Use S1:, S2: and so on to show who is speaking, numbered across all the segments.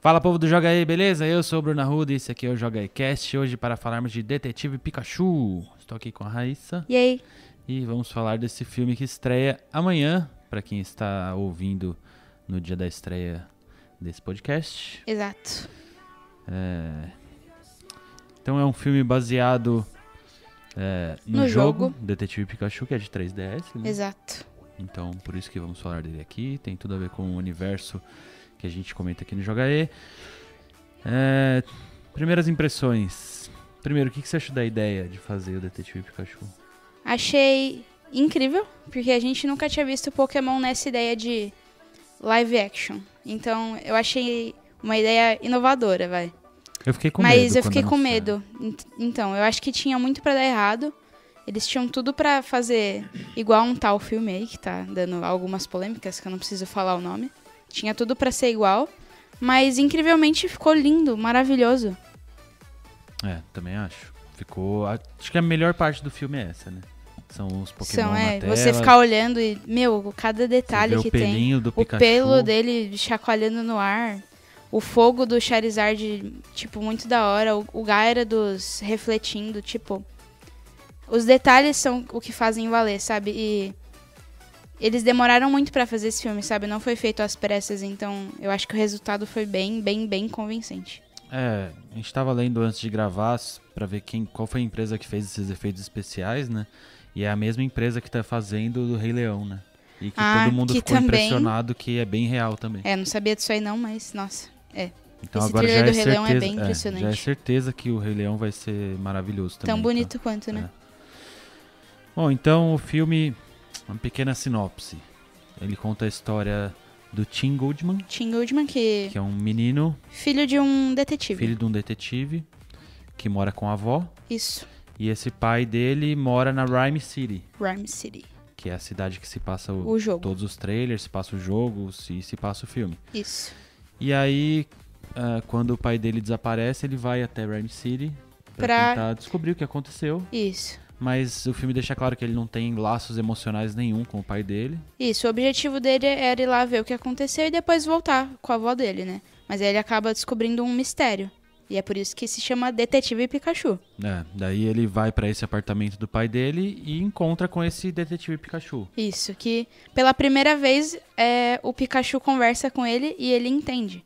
S1: Fala povo do Joga aí, beleza? Eu sou o Bruno Arruda e esse aqui é o Joga aí Cast. Hoje para falarmos de Detetive Pikachu. Estou aqui com a Raíssa
S2: E aí?
S1: e vamos falar desse filme que estreia amanhã, para quem está ouvindo no dia da estreia desse podcast.
S2: Exato.
S1: É, Então é um filme baseado é, no,
S2: No
S1: jogo,
S2: jogo.
S1: Detetive Pikachu, que é de 3DS, né?
S2: Exato.
S1: Então, por isso que vamos falar dele aqui. Tem tudo a ver com o universo que a gente comenta aqui no Joga E. É, primeiras impressões. Primeiro, o que, que você achou da ideia de fazer o Detetive Pikachu?
S2: Achei incrível, porque a gente nunca tinha visto Pokémon nessa ideia de live action. Então, eu achei uma ideia inovadora, vai.
S1: Eu fiquei com medo.
S2: Mas eu
S1: quando
S2: fiquei com
S1: anunciaram.
S2: medo. Ent- Então, eu acho que tinha muito pra dar errado. Eles tinham tudo pra fazer igual um tal filme aí, que tá dando algumas polêmicas, que eu não preciso falar o nome. Tinha tudo pra ser igual, mas incrivelmente ficou lindo, maravilhoso.
S1: É, também acho. Ficou. Acho que a melhor parte do filme é essa, né? São os Pokémon
S2: São,
S1: na
S2: é,
S1: tela.
S2: você ficar olhando e, meu, cada
S1: você
S2: detalhe
S1: vê
S2: que
S1: o
S2: tem.
S1: pelinho do
S2: O
S1: Pikachu.
S2: pelo dele chacoalhando no ar. O fogo do Charizard, tipo, muito da hora. O, o Gaira dos refletindo, tipo. Os detalhes são o que fazem valer, sabe? E eles demoraram muito pra fazer esse filme, sabe? Não foi feito às pressas, então eu acho que o resultado foi bem, bem, bem convincente.
S1: É, a gente tava lendo antes de gravar s- pra ver quem, qual foi a empresa que fez esses efeitos especiais, né? E é a mesma empresa que tá fazendo do Rei Leão, né? E que
S2: Ah,
S1: todo mundo
S2: que
S1: ficou
S2: também-
S1: impressionado que é bem real também.
S2: É, não sabia disso aí não, mas nossa.
S1: Então
S2: esse
S1: agora já é
S2: trailer do
S1: certeza,
S2: Rei Leão é bem
S1: já é
S2: impressionante.
S1: certeza que o Rei Leão vai ser maravilhoso também.
S2: Tão
S1: então.
S2: bonito quanto, né?
S1: Bom, então o filme, uma pequena sinopse. Ele conta a história do Tim Goldman,
S2: Tim Goodman, que.
S1: É. que é um menino,
S2: Filho de um detetive.
S1: filho de um detetive, que mora com a avó.
S2: Isso.
S1: E esse pai dele mora na Rhyme City,
S2: Rhyme City.
S1: que é a cidade que se passa o-
S2: O jogo.
S1: todos os trailers, se passa o jogo se, se passa o filme.
S2: Isso.
S1: E aí, ah, quando o pai dele desaparece, ele vai até Rhyme City pra,
S2: Pra-
S1: tentar descobrir o que aconteceu.
S2: Isso.
S1: Mas o filme deixa claro que ele não tem laços emocionais nenhum com o pai dele.
S2: Isso, o objetivo dele era ir lá ver o que aconteceu e depois voltar com a avó dele, né? Mas aí ele acaba descobrindo um mistério. E é por isso que se chama Detetive Pikachu.
S1: É, daí ele vai pra esse apartamento do pai dele e encontra com esse detetive Pikachu.
S2: Isso, que pela primeira vez é, o Pikachu conversa com ele e ele entende.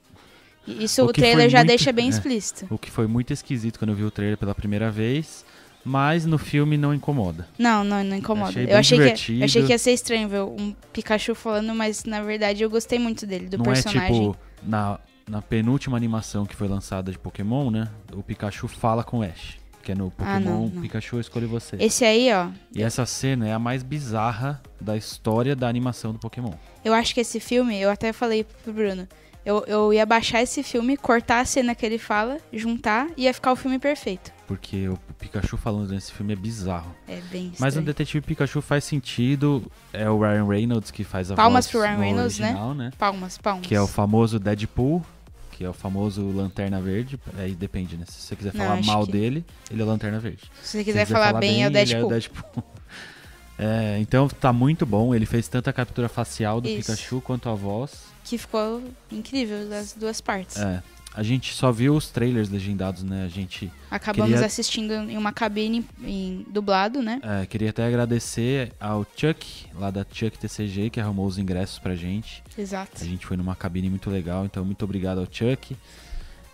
S2: E Isso
S1: O
S2: o,
S1: que foi
S2: trailer já
S1: muito-
S2: deixa bem
S1: é.
S2: explícito.
S1: O que foi muito esquisito quando eu vi o trailer pela primeira vez, mas no filme não incomoda.
S2: Não, não, não incomoda.
S1: Achei bem
S2: eu, achei que,
S1: divertido.
S2: eu achei que ia ser estranho ver um Pikachu falando, mas na verdade eu gostei muito dele, do
S1: não
S2: personagem.
S1: é tipo na, na penúltima animação que foi lançada de Pokémon, né? O Pikachu fala com o Ash. Que é no Pokémon
S2: Ah, não, não.
S1: Pikachu escolhe você.
S2: Esse aí, ó,
S1: E essa cena é a mais bizarra da história da animação do Pokémon.
S2: Eu acho que esse filme, eu até falei pro Bruno, eu, eu ia baixar esse filme, cortar a cena que ele fala, juntar e ia ficar o filme perfeito.
S1: Porque o Pikachu falando nesse filme é bizarro.
S2: É bem
S1: Mas o
S2: estranho.
S1: Detetive Pikachu faz sentido. É o Ryan Reynolds que faz a
S2: Palmas
S1: voz
S2: pro Ryan
S1: no
S2: Reynolds, né?
S1: original, né?
S2: Palmas, palmas.
S1: Que é o famoso Deadpool, que é o famoso Lanterna Verde. Aí depende, né? Se você quiser
S2: Não,
S1: falar
S2: acho
S1: mal
S2: que-
S1: dele, ele é o Lanterna Verde.
S2: Se você quiser falar, bem, é o
S1: ele
S2: Deadpool.
S1: Deadpool. É, então tá muito bom. Ele fez tanto a captura facial do
S2: Isso.
S1: Pikachu quanto a voz.
S2: Que ficou incrível das duas partes.
S1: É, a gente só viu os trailers legendados, né? A gente
S2: Acabamos
S1: queria-
S2: assistindo em uma cabine em dublado, né?
S1: é, queria até agradecer ao Chuck, lá da Chuck TCG, que arrumou os ingressos pra gente. A
S2: Exato.
S1: gente foi numa cabine muito legal, então muito obrigado ao Chuck.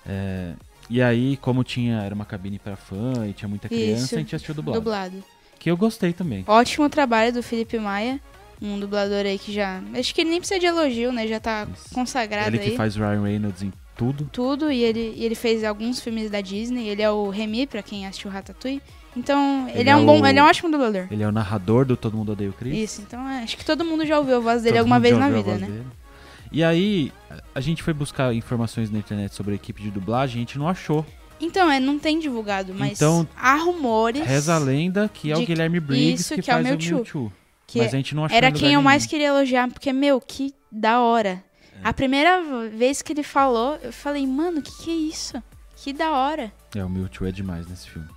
S1: É, e aí, como tinha, era uma cabine pra fã e tinha muita criança,
S2: Isso.
S1: a gente assistiu dublado.
S2: Dublado.
S1: Que eu gostei também.
S2: Ótimo trabalho do Felipe Maia, um dublador aí que já. Acho que ele nem precisa de elogio, né? Já tá
S1: Isso.
S2: consagrado
S1: Ele
S2: aí.
S1: que faz Ryan Reynolds em tudo.
S2: tudo e ele, e ele fez alguns filmes da Disney. Ele é o Remy, pra quem assistiu Ratatouille. Então, ele,
S1: Ele
S2: é,
S1: é
S2: um bom,
S1: o-
S2: ele é um ótimo dublador.
S1: Ele é o narrador do Todo Mundo Odeia o Chris.
S2: Isso, então é, acho que todo mundo já ouviu a voz
S1: Todo
S2: dele alguma
S1: mundo
S2: vez
S1: já
S2: na
S1: ouviu a
S2: vida,
S1: voz
S2: né?
S1: dele. E aí, a- a gente foi buscar informações na internet sobre a equipe de dublagem, a gente não achou.
S2: Então, é, não tem divulgado, mas
S1: Então,
S2: há rumores
S1: Reza a lenda que é o
S2: De-
S1: Guilherme Briggs
S2: isso,
S1: que,
S2: que é o
S1: faz o
S2: Mewtwo.
S1: Mewtwo.
S2: que
S1: Mas a gente não achou
S2: era
S1: em lugar
S2: quem eu
S1: nenhum.
S2: mais queria elogiar, porque, meu, que da hora.
S1: É.
S2: A primeira vez que ele falou, eu falei, mano, que que é isso? Que da hora.
S1: É, o Mewtwo é demais nesse filme.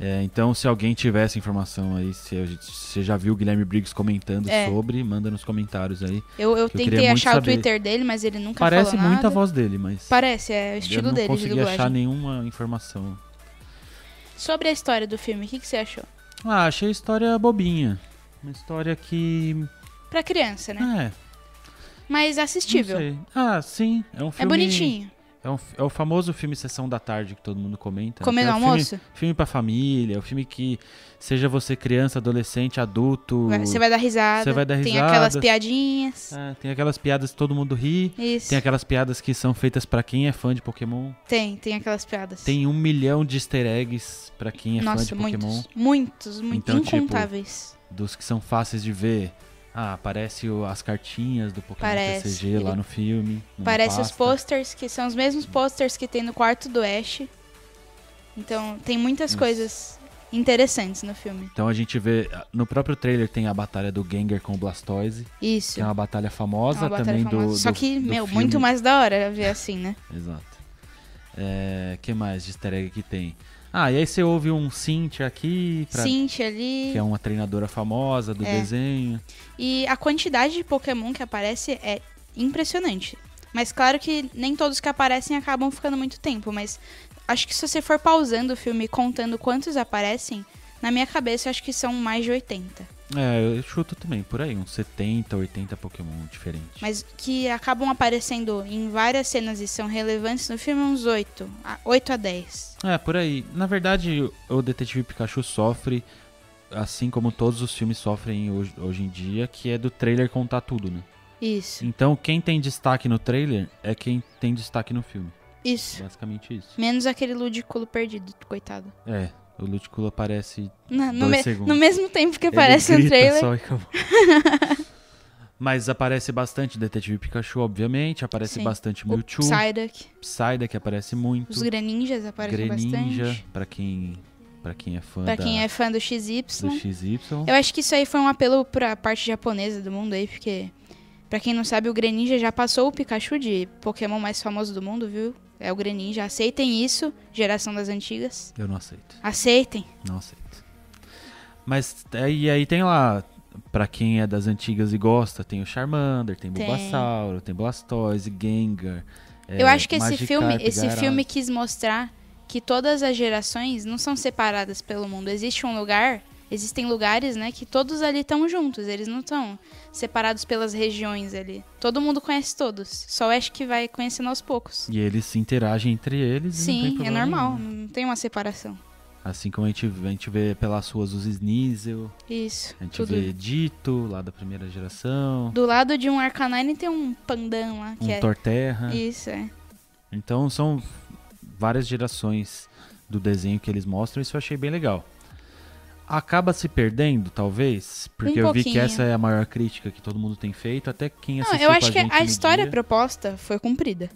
S1: É, então, se alguém tiver essa informação aí, se a gente- se você já viu o Guilherme Briggs comentando
S2: É.
S1: sobre, manda nos comentários aí.
S2: Eu, eu
S1: Que eu queria
S2: tentei
S1: muito
S2: achar o
S1: saber.
S2: Twitter dele, mas ele nunca
S1: Parece
S2: falou nada.
S1: muito a voz dele, mas
S2: Parece, é o estilo
S1: eu não
S2: dele de
S1: consegui
S2: dublagem.
S1: achar nenhuma informação.
S2: Sobre a história do filme, o que, que você achou?
S1: Ah, achei a história bobinha. Uma história que.
S2: Pra criança, né?
S1: É,
S2: Mas é assistível.
S1: Não sei. Ah, sim. É um
S2: É
S1: filme.
S2: bonitinho.
S1: É, um- é o famoso filme Sessão da Tarde que todo mundo comenta.
S2: Comendo
S1: é um filme-
S2: almoço?
S1: Filme pra família, é um filme que seja você criança, adolescente, adulto.
S2: Vai- Você vai dar risada.
S1: Você vai dar
S2: Tem aquelas
S1: risada.
S2: piadinhas.
S1: É, tem aquelas piadas que todo mundo ri.
S2: Isso.
S1: Tem aquelas piadas que são feitas pra quem é fã de Pokémon.
S2: Tem, tem aquelas piadas.
S1: Tem um milhão de easter eggs pra quem é fã
S2: Nossa,
S1: de
S2: muitos.
S1: Pokémon.
S2: Muitos, muitos.
S1: Então, tipo,
S2: incontáveis.
S1: Dos que são fáceis de ver. Ah, aparece o- as cartinhas do Pokémon
S2: Parece,
S1: TCG lá
S2: ele-
S1: no filme. numa
S2: Parece os
S1: pasta.
S2: posters, que são os mesmos posters que tem no quarto do Ash. Então, tem muitas
S1: Isso.
S2: coisas interessantes no filme.
S1: Então a gente vê. No próprio trailer tem a batalha do Gengar com o Blastoise.
S2: Isso.
S1: Que é uma batalha
S2: É
S1: famosa
S2: uma batalha
S1: também
S2: famosa.
S1: do.
S2: Só
S1: do-
S2: que,
S1: do
S2: meu,
S1: filme.
S2: muito mais da hora ver assim, né?
S1: Exato. É, que mais de easter egg que tem? Ah, e aí você ouve um synth aqui, pra-
S2: Cintia ali.
S1: que é uma treinadora famosa do
S2: É.
S1: desenho.
S2: E a quantidade de Pokémon que aparece é impressionante. Mas claro que nem todos que aparecem acabam ficando muito tempo, mas acho que se você for pausando o filme e contando quantos aparecem, na minha cabeça eu acho que são mais de 80.
S1: É, eu chuto também, por aí, uns 70, 80 Pokémon diferentes.
S2: Mas que acabam aparecendo em várias cenas e são relevantes no filme uns 8, a- 8 a 10.
S1: É, por aí. Na verdade, o Detetive Pikachu sofre, assim como todos os filmes sofrem hoje, hoje em dia, que é do trailer contar tudo, né?
S2: Isso.
S1: Então, quem tem destaque no trailer é quem tem destaque no filme.
S2: Isso.
S1: Basicamente isso.
S2: Menos aquele Ludicolo perdido, coitado.
S1: É, o Ludicolo aparece
S2: Na- no,
S1: Dois
S2: me-
S1: segundos.
S2: no mesmo tempo que
S1: Ele
S2: aparece no
S1: grita
S2: trailer.
S1: só e acabou. Mas aparece bastante Detetive Pikachu, obviamente. Aparece
S2: Sim.
S1: bastante
S2: O
S1: Mewtwo.
S2: Psyduck,
S1: Psyda, que aparece muito.
S2: os Greninjas aparecem
S1: Greninja,
S2: bastante.
S1: pra quem, pra quem é fã
S2: Pra
S1: da-
S2: quem é fã do XY.
S1: do XY.
S2: Eu acho que isso aí foi um apelo pra parte japonesa do mundo aí, porque... Pra quem não sabe, o Greninja já passou o Pikachu de Pokémon mais famoso do mundo, viu? É o Greninja. Aceitem isso, geração das antigas.
S1: Eu não aceito.
S2: Aceitem.
S1: Não aceito. Mas é, e aí tem lá, pra quem é das antigas e gosta, tem o Charmander, tem
S2: Tem.
S1: Bulbasauro, tem Blastoise, Gengar. é,
S2: Eu acho que esse
S1: Magikarp,
S2: filme, esse
S1: Gyarados.
S2: filme quis mostrar que todas as gerações não são separadas pelo mundo. Existe um lugar, existem lugares, né, que todos ali estão juntos, eles não estão separados pelas regiões ali. Todo mundo conhece todos. Só o Ash que vai conhecendo aos poucos.
S1: E eles se interagem entre eles. e não tem
S2: Sim, é
S1: problema
S2: normal,
S1: nenhum.
S2: não tem uma separação.
S1: Assim como a gente, a gente vê pelas ruas os Sneasel,
S2: Isso,
S1: a gente
S2: tudo.
S1: vê Dito, lá da primeira geração,
S2: Do lado de um Arcanine tem um pandão lá, que
S1: um
S2: é...
S1: Torterra.
S2: Isso, é.
S1: Então são várias gerações do desenho que eles mostram, isso eu achei bem legal. Acaba se perdendo, talvez, porque eu vi que
S2: pouquinho.
S1: essa é a maior crítica que todo mundo tem feito, até quem
S2: Não,
S1: assistiu
S2: eu
S1: com
S2: acho que
S1: gente
S2: a
S1: no
S2: história é
S1: dia.
S2: proposta foi cumprida.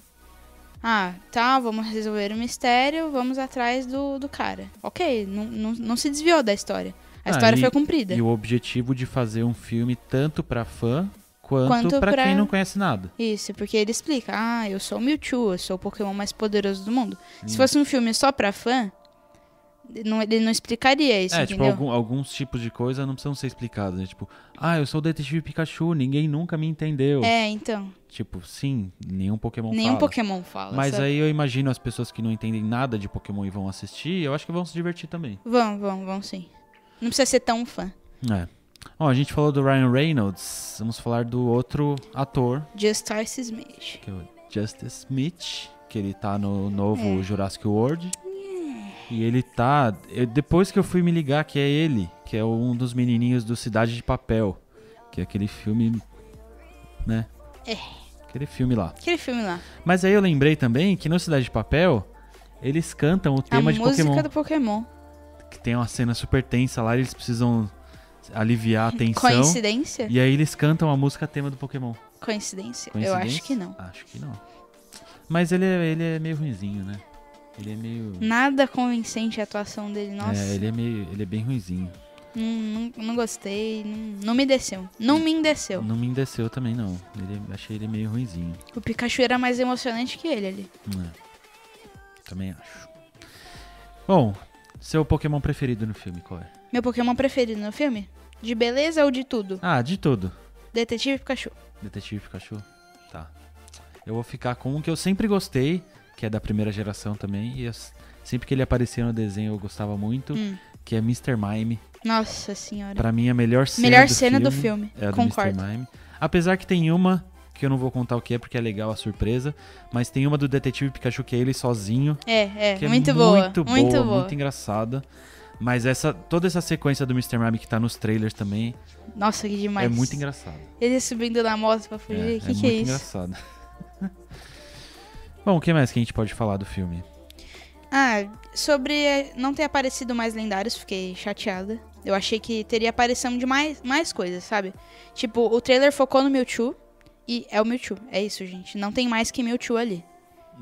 S2: Ah, tá, vamos resolver o mistério, vamos atrás do, do cara. Ok, não, não, não se desviou da história.
S1: Ah,
S2: A história
S1: e-
S2: foi cumprida.
S1: E o objetivo de fazer um filme tanto pra fã quanto,
S2: Quanto
S1: pra
S2: pra-
S1: quem não conhece nada.
S2: Isso, porque ele explica, ah, eu sou o Mewtwo, eu sou o Pokémon mais poderoso do mundo.
S1: Hum.
S2: Se fosse um filme só pra fã, não- ele não explicaria isso,
S1: é, tipo,
S2: entendeu?
S1: algum- alguns tipos de coisa não precisam ser explicados, né? Tipo, ah, eu sou o detetive Pikachu, ninguém nunca me entendeu.
S2: É, então,
S1: Tipo, sim, nenhum Pokémon
S2: nenhum
S1: fala.
S2: Pokémon fala.
S1: Mas
S2: só-
S1: aí eu imagino as pessoas que não entendem nada de Pokémon e vão assistir, eu acho que vão se divertir também.
S2: Vão, vão, vão sim. Não precisa ser tão fã.
S1: É. Ó, a gente falou do Ryan Reynolds, vamos falar do outro ator,
S2: Justice Smith.
S1: que é o Justice Smith, que ele tá no
S2: É.
S1: novo Jurassic World. E ele tá. eu- depois que eu fui me ligar que é ele, que é um dos menininhos do Cidade de Papel, que é aquele filme. né?
S2: É.
S1: Aquele filme lá.
S2: Aquele filme lá.
S1: Mas aí eu lembrei também que no Cidade de Papel, eles cantam o
S2: A
S1: tema de
S2: música
S1: Pokémon.
S2: do Pokémon.
S1: Que tem uma cena super tensa lá, eles precisam aliviar a tensão.
S2: Coincidência?
S1: E aí eles cantam a música tema do Pokémon.
S2: Coincidência? Eu
S1: Coincidência?
S2: acho que não.
S1: Acho que não. Mas ele é, ele é meio ruinzinho, né? Ele é meio.
S2: Nada convincente a atuação dele, nossa.
S1: É, ele é meio. Ele é bem ruinzinho.
S2: Não, não, não gostei, não, não me desceu. Não me desceu.
S1: Não me desceu também, não. Ele- é, achei ele meio ruinzinho.
S2: O Pikachu era mais emocionante que ele ali.
S1: É. Também acho. Bom, Seu Pokémon preferido no filme, qual é?
S2: Meu Pokémon preferido no filme? De beleza ou de tudo?
S1: Ah, de tudo.
S2: Detetive Pikachu.
S1: Detetive Pikachu? Tá. Eu vou ficar com um que eu sempre gostei, que é da primeira geração também, e eu s- sempre que ele aparecia no desenho eu gostava muito,
S2: Hum.
S1: que é Mr. Mime.
S2: Nossa senhora.
S1: Pra mim, a melhor cena
S2: Melhor
S1: do
S2: cena do
S1: filme.
S2: filme.
S1: É a do
S2: Concordo.
S1: Mr. Mime. Apesar que tem uma, que eu não vou contar o que é, porque é legal a surpresa, mas tem uma do Detetive Pikachu que é ele sozinho,
S2: É, é.
S1: que
S2: muito
S1: é
S2: boa.
S1: muito boa,
S2: muito boa.
S1: muito engraçada. Mas essa, toda essa sequência do Mr. Mime que tá nos trailers também
S2: Nossa, que demais.
S1: é muito engraçada.
S2: Ele subindo na moto pra fugir.
S1: é,
S2: O
S1: é
S2: que, que
S1: muito
S2: é isso?
S1: engraçado. Bom, o que mais que a gente pode falar do filme?
S2: Ah, sobre eh, não ter aparecido mais lendários, fiquei chateada. Eu achei que teria aparição de mais, mais coisas, sabe? Tipo, o trailer focou no Mewtwo e é o Mewtwo. É isso, gente. Não tem mais que Mewtwo ali.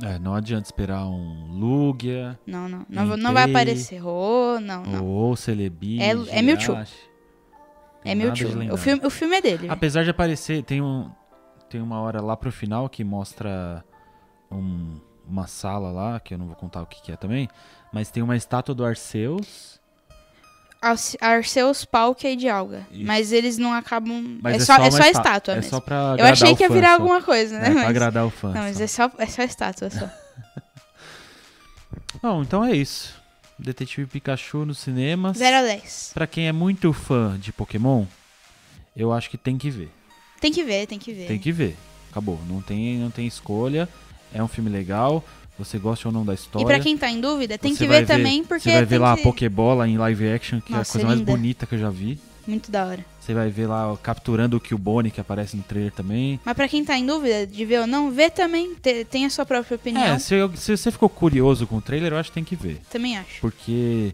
S1: É, não adianta esperar um Lugia,
S2: Não, não. Não, vou-
S1: Entei.
S2: não vai aparecer. Oh, não, não.
S1: ou Celebi,
S2: É- é Mewtwo.
S1: Jirachi. Tem
S2: é
S1: Oh, nada
S2: Mewtwo.
S1: de
S2: O
S1: lendário.
S2: filme, o filme é dele.
S1: Apesar de aparecer, tem, um, tem uma hora lá pro final que mostra um- uma sala lá, que eu não vou contar o que, que é também, mas tem uma estátua do Arceus.
S2: Arce- Arceus, Palkia e Dialga.
S1: Isso.
S2: Mas eles não acabam.
S1: Mas
S2: é, só,
S1: uma
S2: é só a
S1: esta-
S2: estátua
S1: É
S2: mesmo.
S1: só pra
S2: Eu
S1: agradar
S2: achei
S1: o
S2: que ia
S1: fã
S2: virar
S1: só.
S2: alguma coisa,
S1: É,
S2: né?
S1: Pra
S2: mas...
S1: agradar o fã.
S2: Não, mas
S1: só.
S2: é só, é só a estátua só.
S1: Bom, então é isso. Detetive Pikachu nos cinemas.
S2: 0 a 10.
S1: Pra quem é muito fã de Pokémon, eu acho que tem que ver.
S2: Tem que ver, tem que ver.
S1: Tem que ver. Acabou. Não tem, não tem escolha. É um filme legal. Você gosta ou não da história.
S2: E pra quem tá em dúvida, tem
S1: Você
S2: que
S1: vai
S2: ver, também, porque
S1: Você vai ver
S2: tem
S1: lá
S2: que-
S1: a Pokébola em live action, que
S2: Nossa,
S1: é a coisa
S2: linda.
S1: mais bonita que eu já vi.
S2: muito da hora.
S1: Você vai ver lá ó, capturando o Cubone que aparece no trailer também.
S2: Mas pra quem tá em dúvida de ver ou não, vê também, te- tem a sua própria opinião,
S1: É, se, eu- se você ficou curioso com o trailer, eu acho que tem que ver.
S2: também acho.
S1: Porque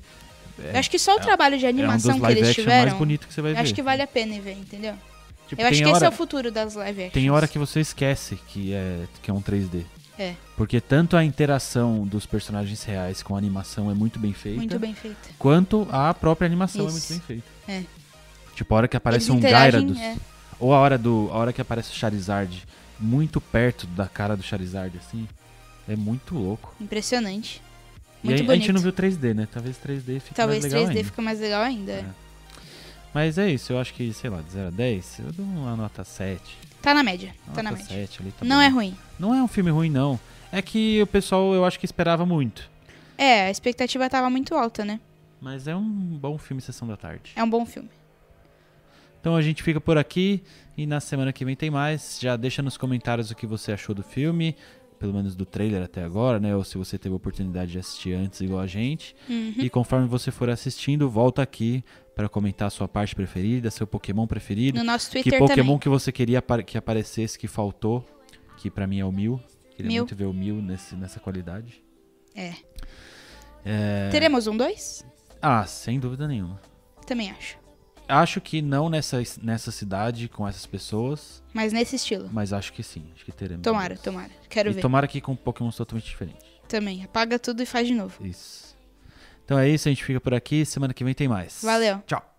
S2: eu acho que só o trabalho de
S1: é um dos
S2: animação que
S1: live
S2: eles
S1: action mais
S2: tiveram,
S1: bonito que você vai
S2: eu
S1: ver.
S2: acho que vale a pena ver, entendeu?
S1: Tipo,
S2: eu acho
S1: tem
S2: que esse é
S1: hora-
S2: o futuro das live actions.
S1: Tem hora que você esquece que é, que é um 3D.
S2: É.
S1: Porque tanto a interação dos personagens reais com a animação é muito bem feita,
S2: Muito bem feita.
S1: quanto a própria animação é muito
S2: Isso.
S1: bem feita.
S2: É.
S1: Tipo, a hora que aparece
S2: Eles
S1: um
S2: interagem,
S1: Gyarados,
S2: é.
S1: ou a hora, do, a hora que aparece o Charizard muito perto da cara do Charizard, assim, é muito louco.
S2: Impressionante.
S1: e
S2: Muito
S1: aí, a
S2: bonito.
S1: gente não viu 3D, né? Talvez 3D fique
S2: Talvez
S1: mais legal
S2: 3D
S1: ainda.
S2: fica mais legal ainda. é.
S1: Mas é isso, eu acho que, sei lá, de 0 a 10, eu dou uma nota 7.
S2: Tá na média.
S1: uma
S2: tá na
S1: nota
S2: média.
S1: 7 ali, tá
S2: não
S1: bom.
S2: é ruim.
S1: Não é um filme ruim, não. É que o pessoal, eu acho que esperava muito.
S2: É, a expectativa tava muito alta, né?
S1: Mas é um bom filme Sessão da Tarde.
S2: É um bom filme.
S1: Então a gente fica por aqui e na semana que vem tem mais. Já deixa nos comentários o que você achou do filme, pelo menos do trailer até agora, né? Ou se você teve a oportunidade de assistir antes igual a gente.
S2: Uhum.
S1: E conforme você for assistindo, volta aqui para comentar a sua parte preferida, seu Pokémon preferido.
S2: No nosso
S1: que
S2: Twitter
S1: Pokémon
S2: também.
S1: que você queria apar- que aparecesse, que faltou, que pra mim é o Mil. Queria
S2: Mew.
S1: muito ver o Mil nesse, nessa qualidade.
S2: É.
S1: É,
S2: Teremos um dois?
S1: Ah, sem dúvida nenhuma.
S2: Também acho.
S1: Acho que não nessa, nessa cidade, com essas pessoas,
S2: Mas nesse estilo.
S1: mas acho que sim. Acho que teremos.
S2: Tomara,
S1: isso.
S2: tomara. Quero
S1: Hum. E
S2: ver.
S1: tomara que com um Pokémon totalmente diferentes.
S2: Também. Apaga tudo e faz de novo.
S1: Isso. Então é isso, a gente fica por aqui. Semana que vem tem mais.
S2: Valeu.
S1: Tchau.